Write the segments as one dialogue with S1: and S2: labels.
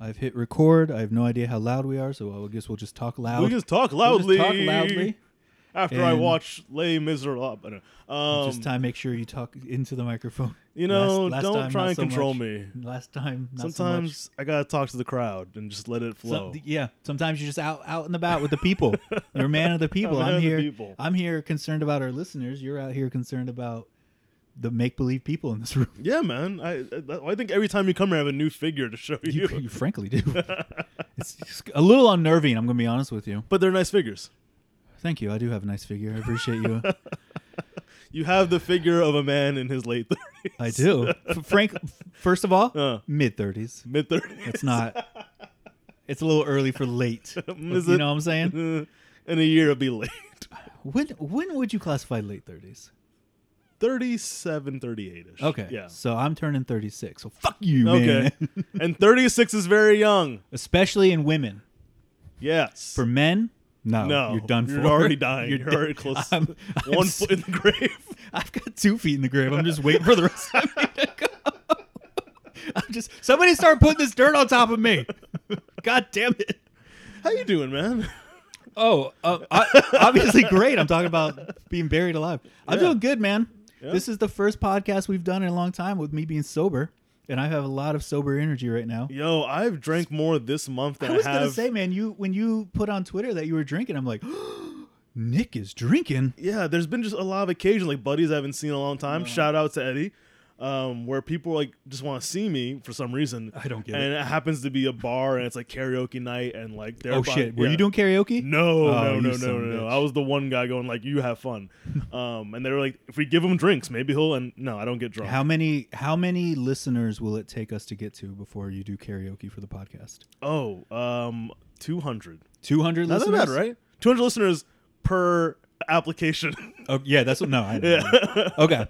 S1: I've hit record. I have no idea how loud we are, so I guess we'll just talk loud.
S2: We just talk
S1: We'll
S2: loudly.
S1: talk loudly.
S2: After I
S1: and-
S2: watch Les Miserables, I don't know. um,
S1: just time, make sure you talk into the microphone.
S2: you know,
S1: Last- last
S2: don't
S1: time,
S2: try
S1: not
S2: and
S1: so
S2: control
S1: much.
S2: me.
S1: Last time, not
S2: Sometimes
S1: So
S2: I gotta talk to the crowd and just let it
S1: much.
S2: flow.
S1: Some- yeah, sometimes you're just out, out and about with the people. you're a man of the people.
S2: A man
S1: I'm
S2: of the
S1: here.
S2: people.
S1: I'm here concerned about our listeners. You're out here concerned about the make believe people in this room.
S2: yeah, man. I, I I think every time you come here, I have a new figure to show
S1: You,
S2: you.
S1: you frankly do. it's just a little unnerving. I'm gonna be honest with you.
S2: but they're nice figures.
S1: Thank you. I do have a nice figure. I appreciate you.
S2: You have the figure of a man in his late thirties.
S1: I do. F- Frank, first of all,
S2: Uh.
S1: mid thirties.
S2: Mid thirties.
S1: It's not. It's a little early for late.
S2: Is
S1: you
S2: it?
S1: know what I'm saying?
S2: In a year, it'll be late.
S1: When when would you classify late thirties?
S2: 37, 38 ish.
S1: Okay.
S2: Yeah.
S1: So I'm turning 36. So fuck you,
S2: Okay.
S1: man.
S2: and 36 is very young.
S1: Especially in women.
S2: Yes.
S1: For men, no,
S2: no,
S1: you're done
S2: You're
S1: for.
S2: already dying. You're,
S1: dead.
S2: already close.
S1: I'm- I'm
S2: one
S1: s-
S2: foot in the grave.
S1: I've got two feet in the grave. I'm just waiting for the rest of me to go. I'm just somebody start putting this dirt on top of me. God damn it.
S2: How you doing, man?
S1: Oh, uh, I, obviously great. I'm talking about being buried alive. I'm
S2: Yeah.
S1: doing good, man.
S2: Yeah.
S1: This is the first podcast we've done in a long time with me being sober, and I have a lot of sober energy right now.
S2: Yo, I've drank more this month than
S1: I
S2: I,
S1: was gonna
S2: have.
S1: say, man, you when you put on Twitter that you were drinking, I'm like, Nick is drinking.
S2: yeah, there's been just a lot of occasions, like buddies I haven't seen in a long time. Shout out to Eddie, um, where people like just want to see me for some reason.
S1: I don't get
S2: and it. happens to be a bar, and it's like karaoke night, and like they're
S1: Oh
S2: by-
S1: shit, were
S2: yeah.
S1: you doing karaoke?
S2: No,
S1: Oh,
S2: no,
S1: you
S2: no,
S1: son
S2: no,
S1: of a
S2: no, no.
S1: bitch.
S2: I was the one guy going like, "You have fun," um, and they were like, "If we give him drinks, maybe he'll." And no, I don't get drunk.
S1: How many how many listeners will it take us to get to before you do karaoke for the podcast?
S2: oh, um, two hundred.
S1: Two hundred
S2: Not
S1: listeners,
S2: that bad, right? Two hundred listeners per application.
S1: Oh, yeah, that's what. No, I know.
S2: yeah.
S1: okay.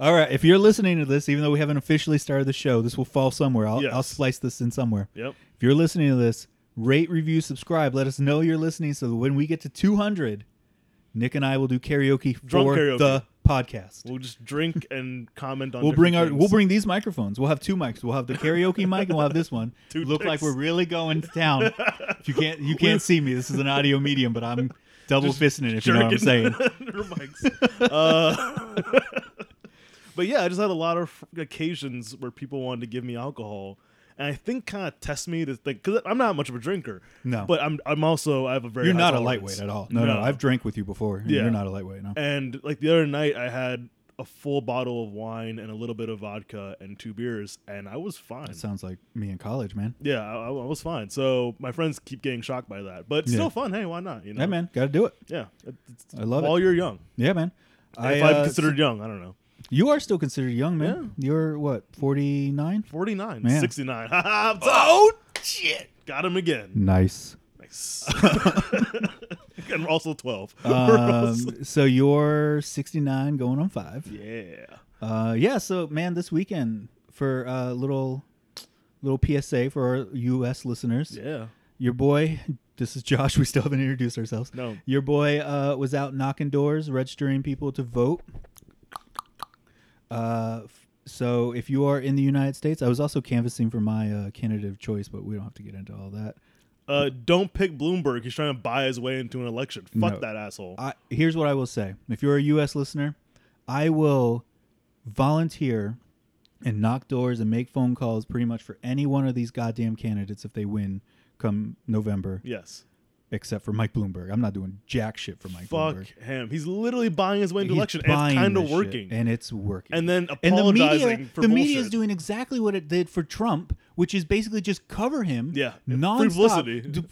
S1: All right. If you're listening to this, even though we haven't officially started the show, this will fall somewhere. I'll,
S2: Yes.
S1: I'll slice this in somewhere.
S2: yep.
S1: If you're listening to this, rate, review, subscribe. Let us know you're listening so that when we get to 200, Nick and I will do karaoke
S2: Drunk
S1: for
S2: karaoke.
S1: the podcast.
S2: We'll just drink and comment on.
S1: We'll bring our
S2: different
S1: we'll
S2: things.
S1: bring these microphones. We'll have two mics. We'll have the karaoke mic and we'll have this one.
S2: Two
S1: Look like
S2: dicks.
S1: we're really going to town. If you can't you can't see me. This is an audio medium, but I'm double fisting it if you know what I'm saying.
S2: jerking our mics. Uh, but yeah, I just had a lot of occasions where people wanted to give me alcohol. And I think kind of test me to think because I'm not much of a drinker.
S1: No.
S2: but I'm I'm also I have a very
S1: You're
S2: high
S1: not a
S2: tolerance.
S1: lightweight at all. No, no, I've drank with you before. and
S2: Yeah.
S1: You're not a lightweight. No.
S2: And like the other night, I had a full bottle of wine and a little bit of vodka and two beers, and I was fine.
S1: That sounds like me in college, man.
S2: Yeah, I, I was fine. So my friends keep getting shocked by that, but it's
S1: Yeah.
S2: still fun. Hey, why not? You know,
S1: Hey, man, got to do it.
S2: Yeah, it- it's-
S1: I love
S2: while
S1: it.
S2: you're young.
S1: Yeah, man. I,
S2: if I'm
S1: uh,
S2: considered young, I don't know.
S1: you are still considered young, man. You're what, 49?
S2: 49,
S1: Man.
S2: 69. oh, shit. Got him again.
S1: Nice.
S2: Nice. and we're also 12. We're also-
S1: Um, so you're 69 going on 5.
S2: yeah.
S1: Uh, yeah, so man, this weekend for a little little PSA for our US listeners.
S2: Yeah.
S1: Your boy, this is Josh, we still haven't introduced ourselves.
S2: No.
S1: Your boy uh, was out knocking doors, registering people to vote. Uh, f- so if you are in the United States, I was also canvassing for my uh, candidate of choice, but we don't have to get into all that.
S2: Uh, don't pick Bloomberg. He's trying to buy his way into an election. Fuck
S1: No.
S2: that asshole.
S1: I, here's what I will say: if you're a U.S. listener, I will volunteer and knock doors and make phone calls pretty much for any one of these goddamn candidates if they win come November,
S2: yes.
S1: except for Mike Bloomberg. I'm not doing jack shit for Mike
S2: Fuck
S1: Bloomberg.
S2: him. He's literally buying his way into
S1: He's
S2: election. And
S1: buying
S2: it's kind
S1: this
S2: of
S1: shit,
S2: working.
S1: and it's working.
S2: And then
S1: and the
S2: apologizing
S1: media,
S2: for
S1: the
S2: bullshit.
S1: media is doing exactly what it did for Trump, which is basically just cover him.
S2: Yeah, free
S1: non
S2: publicity.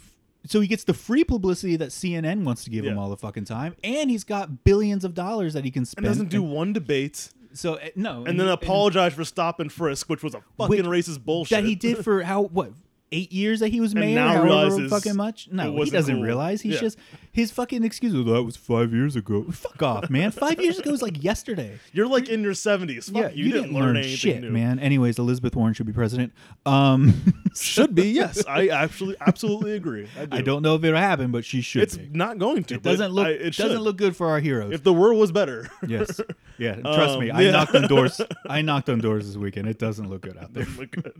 S1: So he gets the free publicity that CNN wants to give him
S2: Yeah.
S1: all the fucking time, and he's got billions of dollars that he can
S2: and
S1: spend.
S2: doesn't do one debate.
S1: so uh, no,
S2: And then apologize for stop and frisk, which was a fucking racist bullshit.
S1: that he did for how what eight years that he was mayor,
S2: now
S1: however
S2: realizes
S1: fucking much.
S2: it
S1: No, he
S2: wasn't
S1: doesn't
S2: cool.
S1: realize. He's
S2: Yeah.
S1: just his fucking excuse. was, That was five years ago. Fuck off, man. Five years ago was like yesterday.
S2: You're like in your 70s. Fuck,
S1: yeah,
S2: you, didn't, learn, anything
S1: shit,
S2: new.
S1: man. Anyways, Elizabeth Warren should be president. Um,
S2: Should be, yes. I actually absolutely agree. I, do.
S1: I don't know if it'll happen, but she should.
S2: It's
S1: be.
S2: not going to.
S1: It doesn't look
S2: I, it
S1: it
S2: should.
S1: doesn't look good for our heroes.
S2: If the world was better,
S1: yes, yeah. Trust me,
S2: Um,
S1: I
S2: yeah.
S1: knocked on doors. I knocked on doors this weekend. It doesn't look good out there.
S2: Doesn't look good.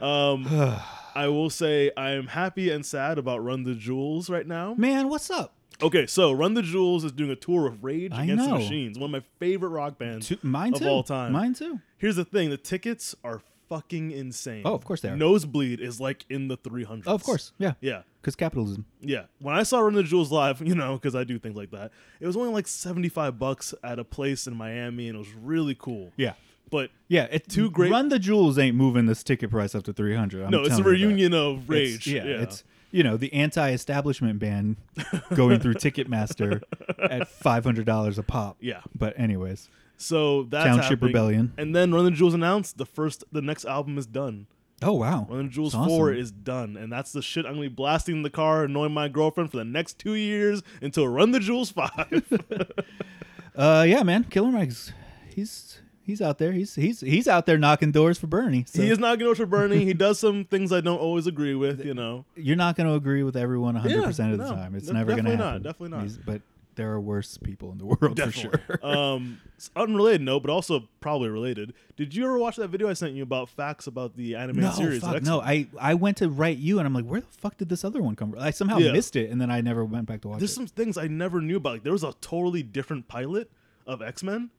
S2: Oh Um, I will say I am happy and sad about Run the Jewels right now.
S1: Man, what's up?
S2: Okay, so Run the Jewels is doing a tour of Rage
S1: I
S2: Against
S1: know.
S2: the Machines, one of my favorite rock bands.
S1: To, mine
S2: Of
S1: too.
S2: all time.
S1: Mine too.
S2: Here's the thing: the tickets are fucking insane.
S1: Oh, of course they are.
S2: Nosebleed is like in the three hundreds.
S1: Oh, of course. Yeah.
S2: Yeah,
S1: Because capitalism.
S2: yeah. When I saw Run the Jewels live, you know, because I do things like that, it was only like seventy five bucks at a place in Miami, and it was really cool.
S1: Yeah.
S2: But
S1: Yeah. It's
S2: Two great-
S1: Run the Jewels ain't moving this ticket price up to 300. I'm
S2: no, it's a
S1: telling you that.
S2: reunion of
S1: It's-
S2: Rage.
S1: yeah, It's, you know, the anti establishment band going through Ticketmaster at $500 a pop.
S2: Yeah.
S1: But, anyways,
S2: So that's
S1: Township
S2: happening.
S1: Rebellion.
S2: and then Run the Jewels announced the first, the next album is done.
S1: oh, wow.
S2: Run the Jewels
S1: It's awesome.
S2: Four is done, and that's the shit I'm gonna be blasting in the car, annoying my girlfriend for the next two years until Run the Jewels Five.
S1: Uh, yeah, man. Killer Mike's, he's. He's out there. He's he's he's out there knocking doors for Bernie. So
S2: He is not going to Bernie. He does some things I don't always agree with, you know.
S1: you're not going to agree with everyone 100 percent of
S2: Yeah,
S1: the
S2: no,
S1: time. It's
S2: de-
S1: never going to
S2: definitely not,
S1: happen.
S2: definitely not.
S1: but there are worse people in the world for sure.
S2: um, it's unrelated note, but also probably related. Did you ever watch that video I sent you about facts about the anime
S1: No,
S2: series?
S1: fuck,
S2: X-
S1: no. I I went to write you, and I'm like, where the fuck did this other one come from? I somehow
S2: Yeah.
S1: missed it, and then I never went back to watch
S2: There's
S1: it.
S2: some things I never knew about. Like, there was a totally different pilot of X Men.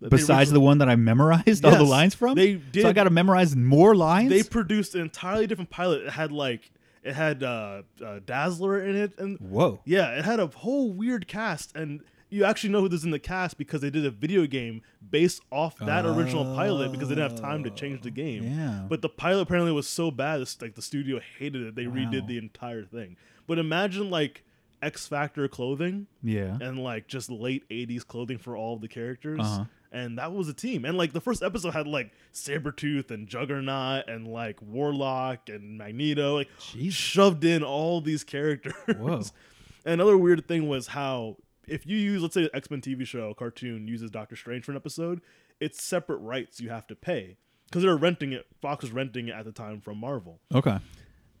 S1: Besides the one that I memorized all the
S2: Yes,
S1: lines from,
S2: they
S1: So I
S2: did-
S1: got to memorize more lines.
S2: they produced an entirely different pilot. It had like it had uh, uh, Dazzler in it, and
S1: Whoa.
S2: Yeah, it had a whole weird cast, and you actually know who was in the cast because they did a video game based off that original pilot because they didn't have time to change the game.
S1: Oh, yeah.
S2: But the pilot apparently was so bad, it's like the studio hated it. They
S1: Wow.
S2: redid the entire thing. But imagine like X Factor clothing
S1: Yeah.
S2: and like just late '80s clothing for all of the characters.
S1: Uh-huh.
S2: And that was a team. And like the first episode had like Sabretooth and Juggernaut and like Warlock and Magneto. Like
S1: Jeez.
S2: shoved in all these characters.
S1: Whoa.
S2: And another weird thing was how if you use, let's say, an X Men TV show, cartoon uses Doctor Strange for an episode, it's separate rights you have to pay because they're renting it. Fox was renting it at the time from Marvel.
S1: Okay.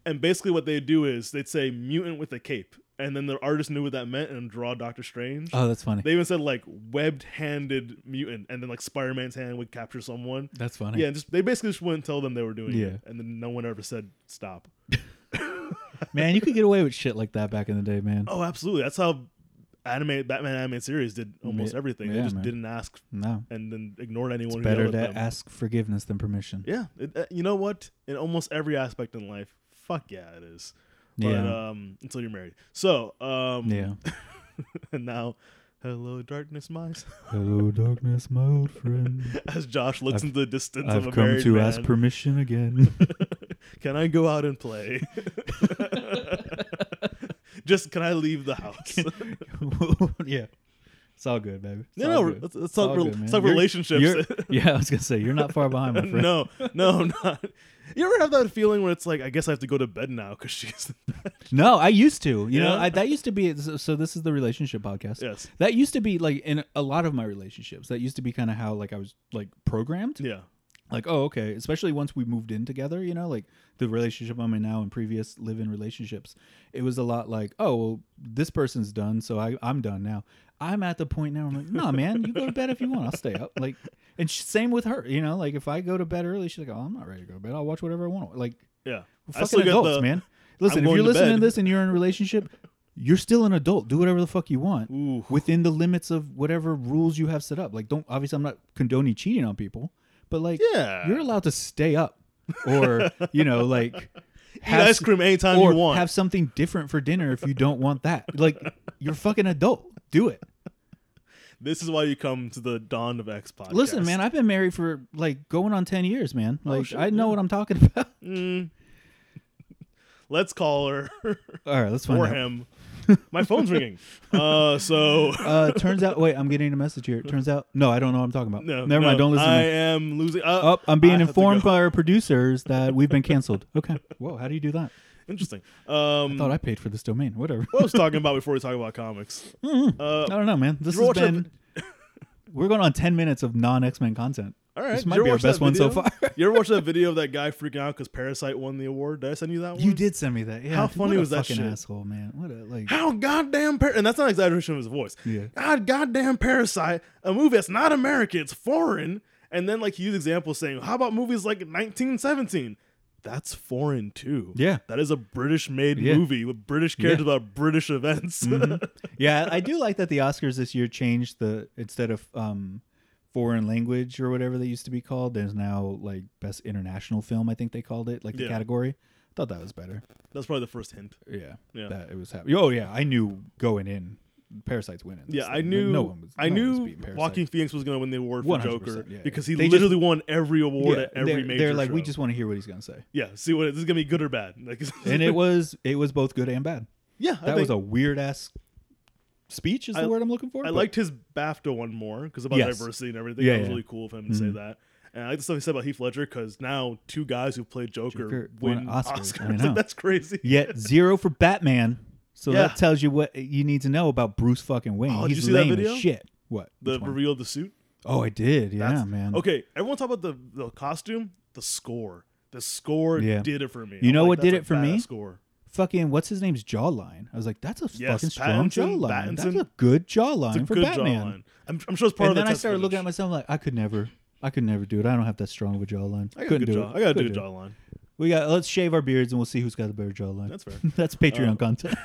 S2: And basically, what they do is they'd say mutant with a cape, and then the artist knew what that meant and draw Doctor Strange.
S1: Oh, that's funny.
S2: they even said like webbed-handed mutant, and then like Spider Man's hand would capture someone.
S1: that's funny.
S2: Yeah, and just they basically just wouldn't tell them they were doing
S1: Yeah.
S2: it, and then no one ever said stop.
S1: Man, you could get away with shit like that back in the day, man.
S2: Oh, absolutely. That's how anime Batman anime series did almost
S1: Yeah,
S2: everything.
S1: yeah,
S2: they just
S1: man.
S2: didn't ask
S1: No.
S2: and then ignored anyone.
S1: It's
S2: who
S1: better
S2: yelled
S1: to
S2: at them.
S1: ask forgiveness than permission.
S2: Yeah, it, uh, you know what? In almost every aspect in life, fuck yeah, it is. But
S1: Yeah.
S2: um, until you're married. So um,
S1: Yeah.
S2: and now, hello darkness, my s-
S1: Hello, darkness, my old friend.
S2: as Josh looks
S1: I've-
S2: into the distance of
S1: I've
S2: a
S1: come
S2: married
S1: to
S2: man.
S1: ask permission again.
S2: can I go out and play? just can I leave the house?
S1: yeah. It's all good, baby. It's
S2: No,
S1: all
S2: no,
S1: good.
S2: let's, let's talk,
S1: all
S2: re-
S1: good, man.
S2: let's talk
S1: You're-
S2: relationships.
S1: You're- yeah, I was gonna say you're not far behind, my friend.
S2: no, no, I'm not. You ever have that feeling where it's like, I guess I have to go to bed now because she's.
S1: No, I used to. You know,
S2: Yeah?
S1: I, that used to be. So, so this is the relationship podcast.
S2: Yes.
S1: That used to be like in a lot of my relationships. That used to be kind of how like I was like programmed.
S2: yeah.
S1: Like, oh, okay. Especially once we moved in together. You know, like the relationship I'm in now and previous live-in relationships, it was a lot like, oh, well, this person's done, so I I'm done now. I'm at the point now. I'm like, nah, man, you go to bed if you want. I'll stay up. Like, and sh- same with her. You know, like if I go to bed early, she's like, oh, I'm not ready to go to bed. I'll watch whatever I want. Like,
S2: Yeah.
S1: we're fucking adults, man. Listen, if
S2: going
S1: you're
S2: to
S1: listening to
S2: bed.
S1: this and you're in a relationship, you're still an adult. Do whatever the fuck you want
S2: Ooh.
S1: within the limits of whatever rules you have set up. Like, don't obviously, I'm not condoning cheating on people, but like,
S2: Yeah.
S1: you're allowed to stay up or you know, like,
S2: Eat ice cream anytime
S1: or
S2: you want.
S1: have something different for dinner if you don't want that. Like, you're a fucking adult. Do it.
S2: this is why you come to the Dawn of X podcast.
S1: Listen, man, I've been married for like going on ten years, man. Like,
S2: Oh, shit,
S1: I know what I'm talking about.
S2: Mm. Let's call her
S1: All right, let's find
S2: or
S1: out.
S2: him. My phone's ringing. Uh, so.
S1: Uh, turns out, wait, I'm getting a message here. It turns out, no, I don't know what I'm talking about.
S2: No,
S1: Never mind.
S2: no,
S1: Don't listen. to
S2: I
S1: me.
S2: am losing. Uh,
S1: Oh, I'm
S2: I
S1: being
S2: have to
S1: informed
S2: go.
S1: by our producers that we've been canceled. Okay. Whoa, how do you do that?
S2: Interesting. Um,
S1: Thought I paid for this domain. Whatever.
S2: what I was talking about before we talk about comics.
S1: Hmm.
S2: Uh,
S1: I don't know, man. This
S2: you
S1: has
S2: watch that
S1: been. We're going on 10 minutes of non X Men content.
S2: All right,
S1: This
S2: Did
S1: might
S2: you
S1: be
S2: ever
S1: our
S2: watch that
S1: best one so
S2: video?
S1: far.
S2: you ever watch that video of that guy freaking out because Parasite won the award? Did I send you that one?
S1: You did send me that. Yeah.
S2: How
S1: What
S2: funny
S1: a
S2: was that
S1: fucking
S2: shit?
S1: asshole, man. What a, like.
S2: How goddamn par- and that's not an exaggeration of his voice.
S1: Yeah.
S2: God goddamn Parasite, a movie that's not American, it's foreign. And then like he used examples saying, How about movies like 1917? that's foreign too.
S1: Yeah.
S2: That is a British made
S1: Yeah.
S2: movie with British characters about British events.
S1: Mhm. yeah, I do like that the Oscars this year changed the instead of um foreign language or whatever they used to be called, there's now like best international film, I think they called it, like the
S2: Yeah.
S1: category. Thought that was better.
S2: that's probably the first hint.
S1: Yeah.
S2: Yeah.
S1: That it was happening. Oh yeah, I knew going in Parasite's winning. this
S2: Yeah, I
S1: thing. No-
S2: knew.
S1: no one was
S2: I
S1: no one was
S2: knew
S1: beating Parasite.
S2: Walking Phoenix was going to win the award for
S1: 100%,
S2: Joker
S1: yeah, yeah.
S2: because he
S1: They just-
S2: literally won every award
S1: Yeah,
S2: at every
S1: they're,
S2: major.
S1: they're like, we
S2: show."
S1: just want to hear what he's gonna say.
S2: yeah. See what this is going to be good or bad. Like,
S1: And it was it was both good and bad.
S2: yeah. I
S1: That
S2: think-
S1: was a weird ass speech is the
S2: I-
S1: word I'm looking for.
S2: I
S1: but-
S2: liked his BAFTA one more because about
S1: Yes.
S2: diversity and everything.
S1: Yeah,
S2: that was
S1: yeah. Mm-hmm.
S2: really cool of him to say that. And I like the stuff he said about Heath Ledger because now two guys who played Joker,
S1: Joker won
S2: win
S1: Oscars.
S2: Oscars.
S1: I know.
S2: Like, that's crazy.
S1: Yet zero for Batman. So
S2: Yeah.
S1: that tells you what you need to know about Bruce fucking Wayne.
S2: Oh, did
S1: He's
S2: you see that
S1: lame
S2: video?
S1: as shit. What?
S2: The
S1: Which one?
S2: reveal of the suit.
S1: oh, I did. Yeah,
S2: That's-
S1: man.
S2: Okay, everyone talk about the the costume. The score. The score
S1: Yeah.
S2: did it for me.
S1: You know what
S2: that's
S1: did
S2: a
S1: it for
S2: badass
S1: me?
S2: Score.
S1: Fucking what's his name's jawline? I was like, that's a
S2: Yes,
S1: fucking strong
S2: Pattinson-
S1: jawline. That's
S2: Pattinson.
S1: a good
S2: It's a
S1: jawline for
S2: good
S1: Batman.
S2: jawline. I'm, I'm sure it's part
S1: And
S2: of
S1: then
S2: the
S1: I
S2: test
S1: started looking at
S2: footage.
S1: myself like I could never, I could never do it. I don't have that strong of a jawline.
S2: I got a
S1: Couldn't
S2: good
S1: do
S2: jaw.
S1: it.
S2: I got a
S1: Couldn't
S2: good
S1: do it.
S2: jawline.
S1: We got. Let's shave our beards and we'll see who's got the better jawline.
S2: That's fair.
S1: That's Patreon
S2: Um,
S1: content.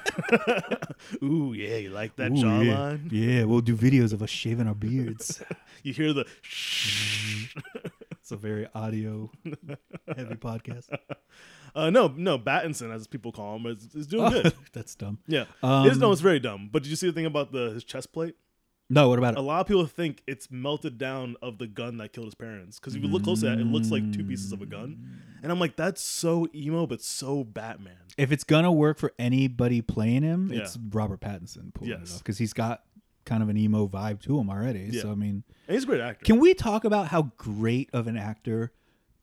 S2: Ooh yeah, you like that
S1: Ooh, yeah.
S2: jawline?
S1: yeah, we'll do videos of us shaving our beards.
S2: You hear the shh.
S1: It's a very audio heavy podcast.
S2: Uh, no, no, Battinson, as people call him, is, is doing Oh, good.
S1: That's dumb.
S2: Yeah,
S1: Oh. Um,
S2: it is, no, it's very dumb. But did you see the thing about the his chest plate?
S1: No, what about
S2: A
S1: it?
S2: lot of people think it's melted down of the gun that killed his parents. Because if you look closely at it, it looks like two pieces of a gun. And I'm like, that's so emo, but so Batman.
S1: If it's gonna work for anybody playing him,
S2: Yeah.
S1: it's Robert Pattinson pulling
S2: Yes.
S1: it off because he's got kind of an emo vibe to him already.
S2: Yeah.
S1: So I mean,
S2: And he's a great actor.
S1: can we talk about how great of an actor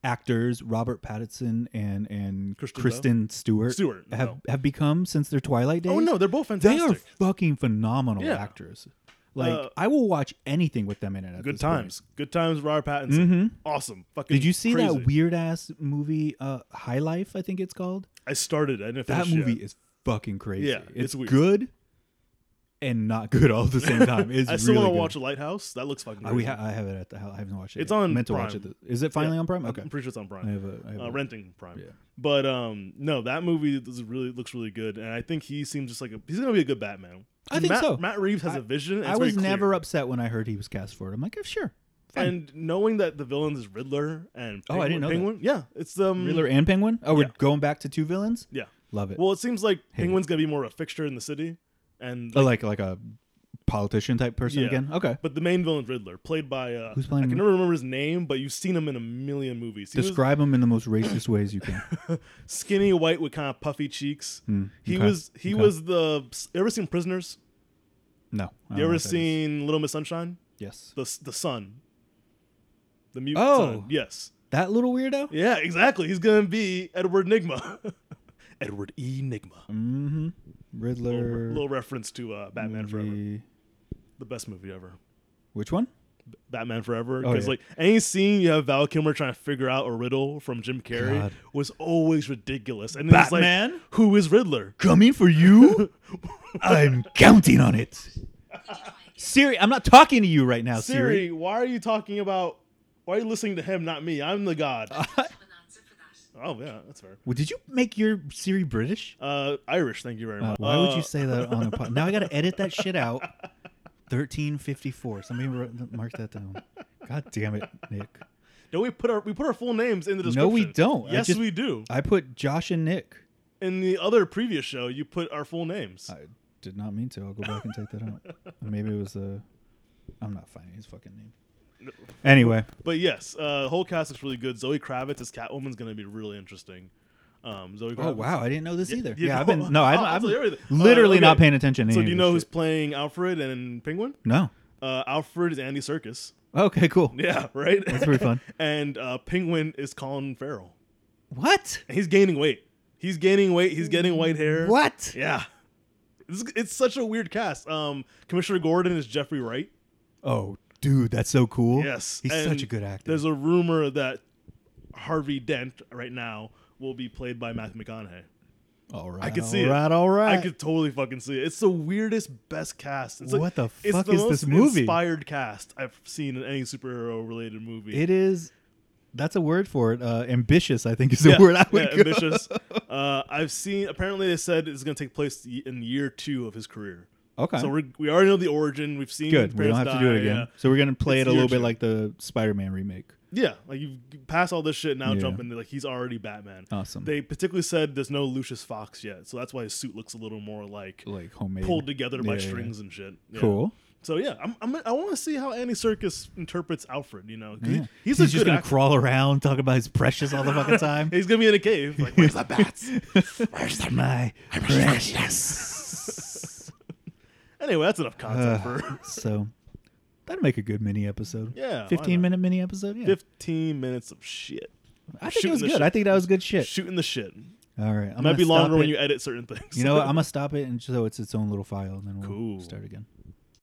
S1: actors Robert Pattinson and and
S2: Kristen
S1: Kristen,
S2: Bell?
S1: Stewart,
S2: Stewart,
S1: have
S2: no.
S1: have become since their Twilight days?
S2: oh no, they're both
S1: they
S2: fantastic.
S1: are fucking phenomenal
S2: Yeah.
S1: actors. Like
S2: Uh,
S1: I will watch anything with them in it. At
S2: good
S1: this point. Mm-hmm.
S2: times, good times. Robert Pattinson, awesome. Fucking.
S1: Did you see
S2: crazy.
S1: that weird ass movie, uh, High Life? I think it's called.
S2: I started. I didn't
S1: That
S2: finish
S1: movie
S2: Yet.
S1: is fucking crazy.
S2: Yeah,
S1: it's,
S2: it's weird.
S1: good and not good all at the same time. It's
S2: I still
S1: really
S2: want to
S1: good.
S2: watch Lighthouse. That looks fucking.
S1: I, we
S2: crazy.
S1: ha- I have it at the house. I haven't watched it.
S2: It's
S1: yet.
S2: on
S1: Meant to watch it.
S2: Prime.
S1: th- Is it finally
S2: Yeah. Uh,
S1: on Prime? Okay.
S2: I'm pretty sure it's on Prime.
S1: I have a. I have
S2: uh,
S1: a
S2: renting Prime.
S1: Yeah.
S2: But um, no, that movie is really looks really good, and I think he seems just like a, he's gonna be a good Batman.
S1: I think
S2: Matt,
S1: so.
S2: Matt Reeves has a vision. and
S1: I
S2: it's very
S1: was never
S2: clear.
S1: upset when I heard he was cast for it. I'm like, yeah, sure. Fine.
S2: And knowing that the villains is Riddler and
S1: Oh, I didn't know that.
S2: Penguin, yeah, it's um,
S1: Riddler and Penguin. Oh, we're
S2: yeah.
S1: going back to two villains.
S2: yeah.
S1: Love it.
S2: Well, it seems like
S1: Hate it.
S2: Penguin's gonna be more of a fixture in the city, and
S1: Oh, like like a politician type person
S2: Yeah.
S1: again. Okay.
S2: but the main villain Riddler, played by uh,
S1: Who's playing
S2: I can
S1: him?
S2: never remember his name, but you've seen him in a million movies. He was
S1: Describe him in the most racist ways you can.
S2: skinny white with kind of puffy cheeks. He
S1: Hmm. okay,
S2: was he
S1: okay.
S2: was the. You ever seen Prisoners?
S1: No. I don't
S2: You
S1: know
S2: ever
S1: what that is.
S2: seen Little Miss Sunshine?
S1: Yes.
S2: the the son, the mutant
S1: Oh.
S2: son. Yes,
S1: That little weirdo?
S2: yeah, exactly. He's gonna be Edward Nigma, Edward E Nigma.
S1: Mm-hmm. Riddler.
S2: Little, little reference to uh, Batman Forever,
S1: movie-
S2: the best movie ever.
S1: Which one?
S2: Batman Forever,
S1: Oh,
S2: because
S1: yeah.
S2: like any scene you have Val Kilmer trying to figure out a riddle from Jim Carrey
S1: God.
S2: was always ridiculous. And it's like,
S1: Batman?
S2: who is Riddler?
S1: Coming for you? I'm counting on it. Siri, I'm not talking to you right now, Siri.
S2: Siri, why are you talking about? Why are you listening to him, not me? I'm the god.
S3: have an answer for that.
S2: oh yeah, that's fair.
S1: Well, did you make your Siri British?
S2: Uh, Irish, thank you very much.
S1: Why would
S2: Uh,
S1: you say that on a pod? Now I got to edit that shit out. 1354. Somebody wrote, mark that down. God damn it, Nick.
S2: No, we put our we put our full names in the
S1: No,
S2: description.
S1: we don't. I
S2: Yes,
S1: just-
S2: we do.
S1: I put Josh and Nick.
S2: In the other previous show, you put our full names.
S1: I did not mean to. I'll go back and take that out. Maybe it was a. I'm not finding his fucking name. Anyway,
S2: But yes, uh, the whole cast looks really good. Zoe Kravitz as Catwoman's going to be really interesting. Um, Zoe. Kravitz.
S1: Oh wow, I didn't know this
S2: Yeah,
S1: either.
S2: you
S1: Yeah, I've
S2: know-
S1: been no, I'm,
S2: I'll
S1: I'm
S2: tell you everything. Uh,
S1: literally not
S2: okay.
S1: paying attention. To
S2: So
S1: any
S2: do you
S1: of
S2: know
S1: this
S2: who's
S1: shit.
S2: playing Alfred and Penguin?
S1: No.
S2: Uh, Alfred is Andy Circus.
S1: Okay, cool.
S2: Yeah, right. That's
S1: pretty fun.
S2: and uh, Penguin is Colin Farrell.
S1: What?
S2: And he's gaining weight. He's gaining weight. He's getting white hair.
S1: What?
S2: Yeah. It's, it's such a weird cast. Um, Commissioner Gordon is Jeffrey Wright.
S1: Oh, dude, that's so cool.
S2: Yes,
S1: he's such a
S2: and
S1: good actor.
S2: There's a rumor that Harvey Dent right now will be played by Matthew McConaughey.
S1: All right,
S2: I could see
S1: all
S2: it.
S1: right, all right.
S2: I could totally fucking see it. It's the weirdest, best cast. It's like-
S1: What the
S2: it's
S1: fuck
S2: the
S1: is
S2: most
S1: this movie?
S2: Inspired cast I've seen in any superhero related movie.
S1: It is That's a word for it. Uh, ambitious, I think, is the
S2: Yeah,
S1: word I would
S2: yeah,
S1: go.
S2: ambitious. Uh, I've seen. Apparently, they said it's going to take place y- in year two of his career.
S1: Okay,
S2: So we we already know the origin. We've seen
S1: good.
S2: his
S1: We don't have
S2: parents
S1: to do it
S2: die,
S1: again. So we're gonna play
S2: It's
S1: it a little
S2: huge.
S1: bit like the Spider-Man remake.
S2: Yeah, yeah. Like you pass all this shit now,
S1: Yeah.
S2: jump into like he's already Batman.
S1: Awesome.
S2: They particularly said there's no Lucius Fox yet, so that's why his suit looks a little more like
S1: like homemade.
S2: pulled together by
S1: Yeah, yeah, yeah.
S2: strings and shit. Yeah.
S1: Cool.
S2: So yeah, I'm, I'm I want to see how Andy Circus interprets Alfred. You know, 'cause he-
S1: Yeah.
S2: he's, a
S1: just
S2: good
S1: gonna
S2: actor.
S1: crawl around talking about his precious all the fucking time.
S2: He's gonna be in a cave. Like, where's the bats?
S1: Where's the my precious?
S2: anyway, that's enough content
S1: Ugh.
S2: for
S1: so that'd make a good mini episode.
S2: yeah. why
S1: fifteen
S2: not?
S1: minute mini episode. Yeah,
S2: Fifteen minutes of shit.
S1: I think it
S2: shooting
S1: was
S2: the
S1: good.
S2: shit.
S1: I think that was good shit.
S2: Shooting the shit.
S1: All right, I'm
S2: Might
S1: gonna
S2: be
S1: stop
S2: longer when
S1: it.
S2: you edit certain things.
S1: You know what? I'm gonna stop it, and so it's its own little file, and then we'll
S2: Cool.
S1: start again.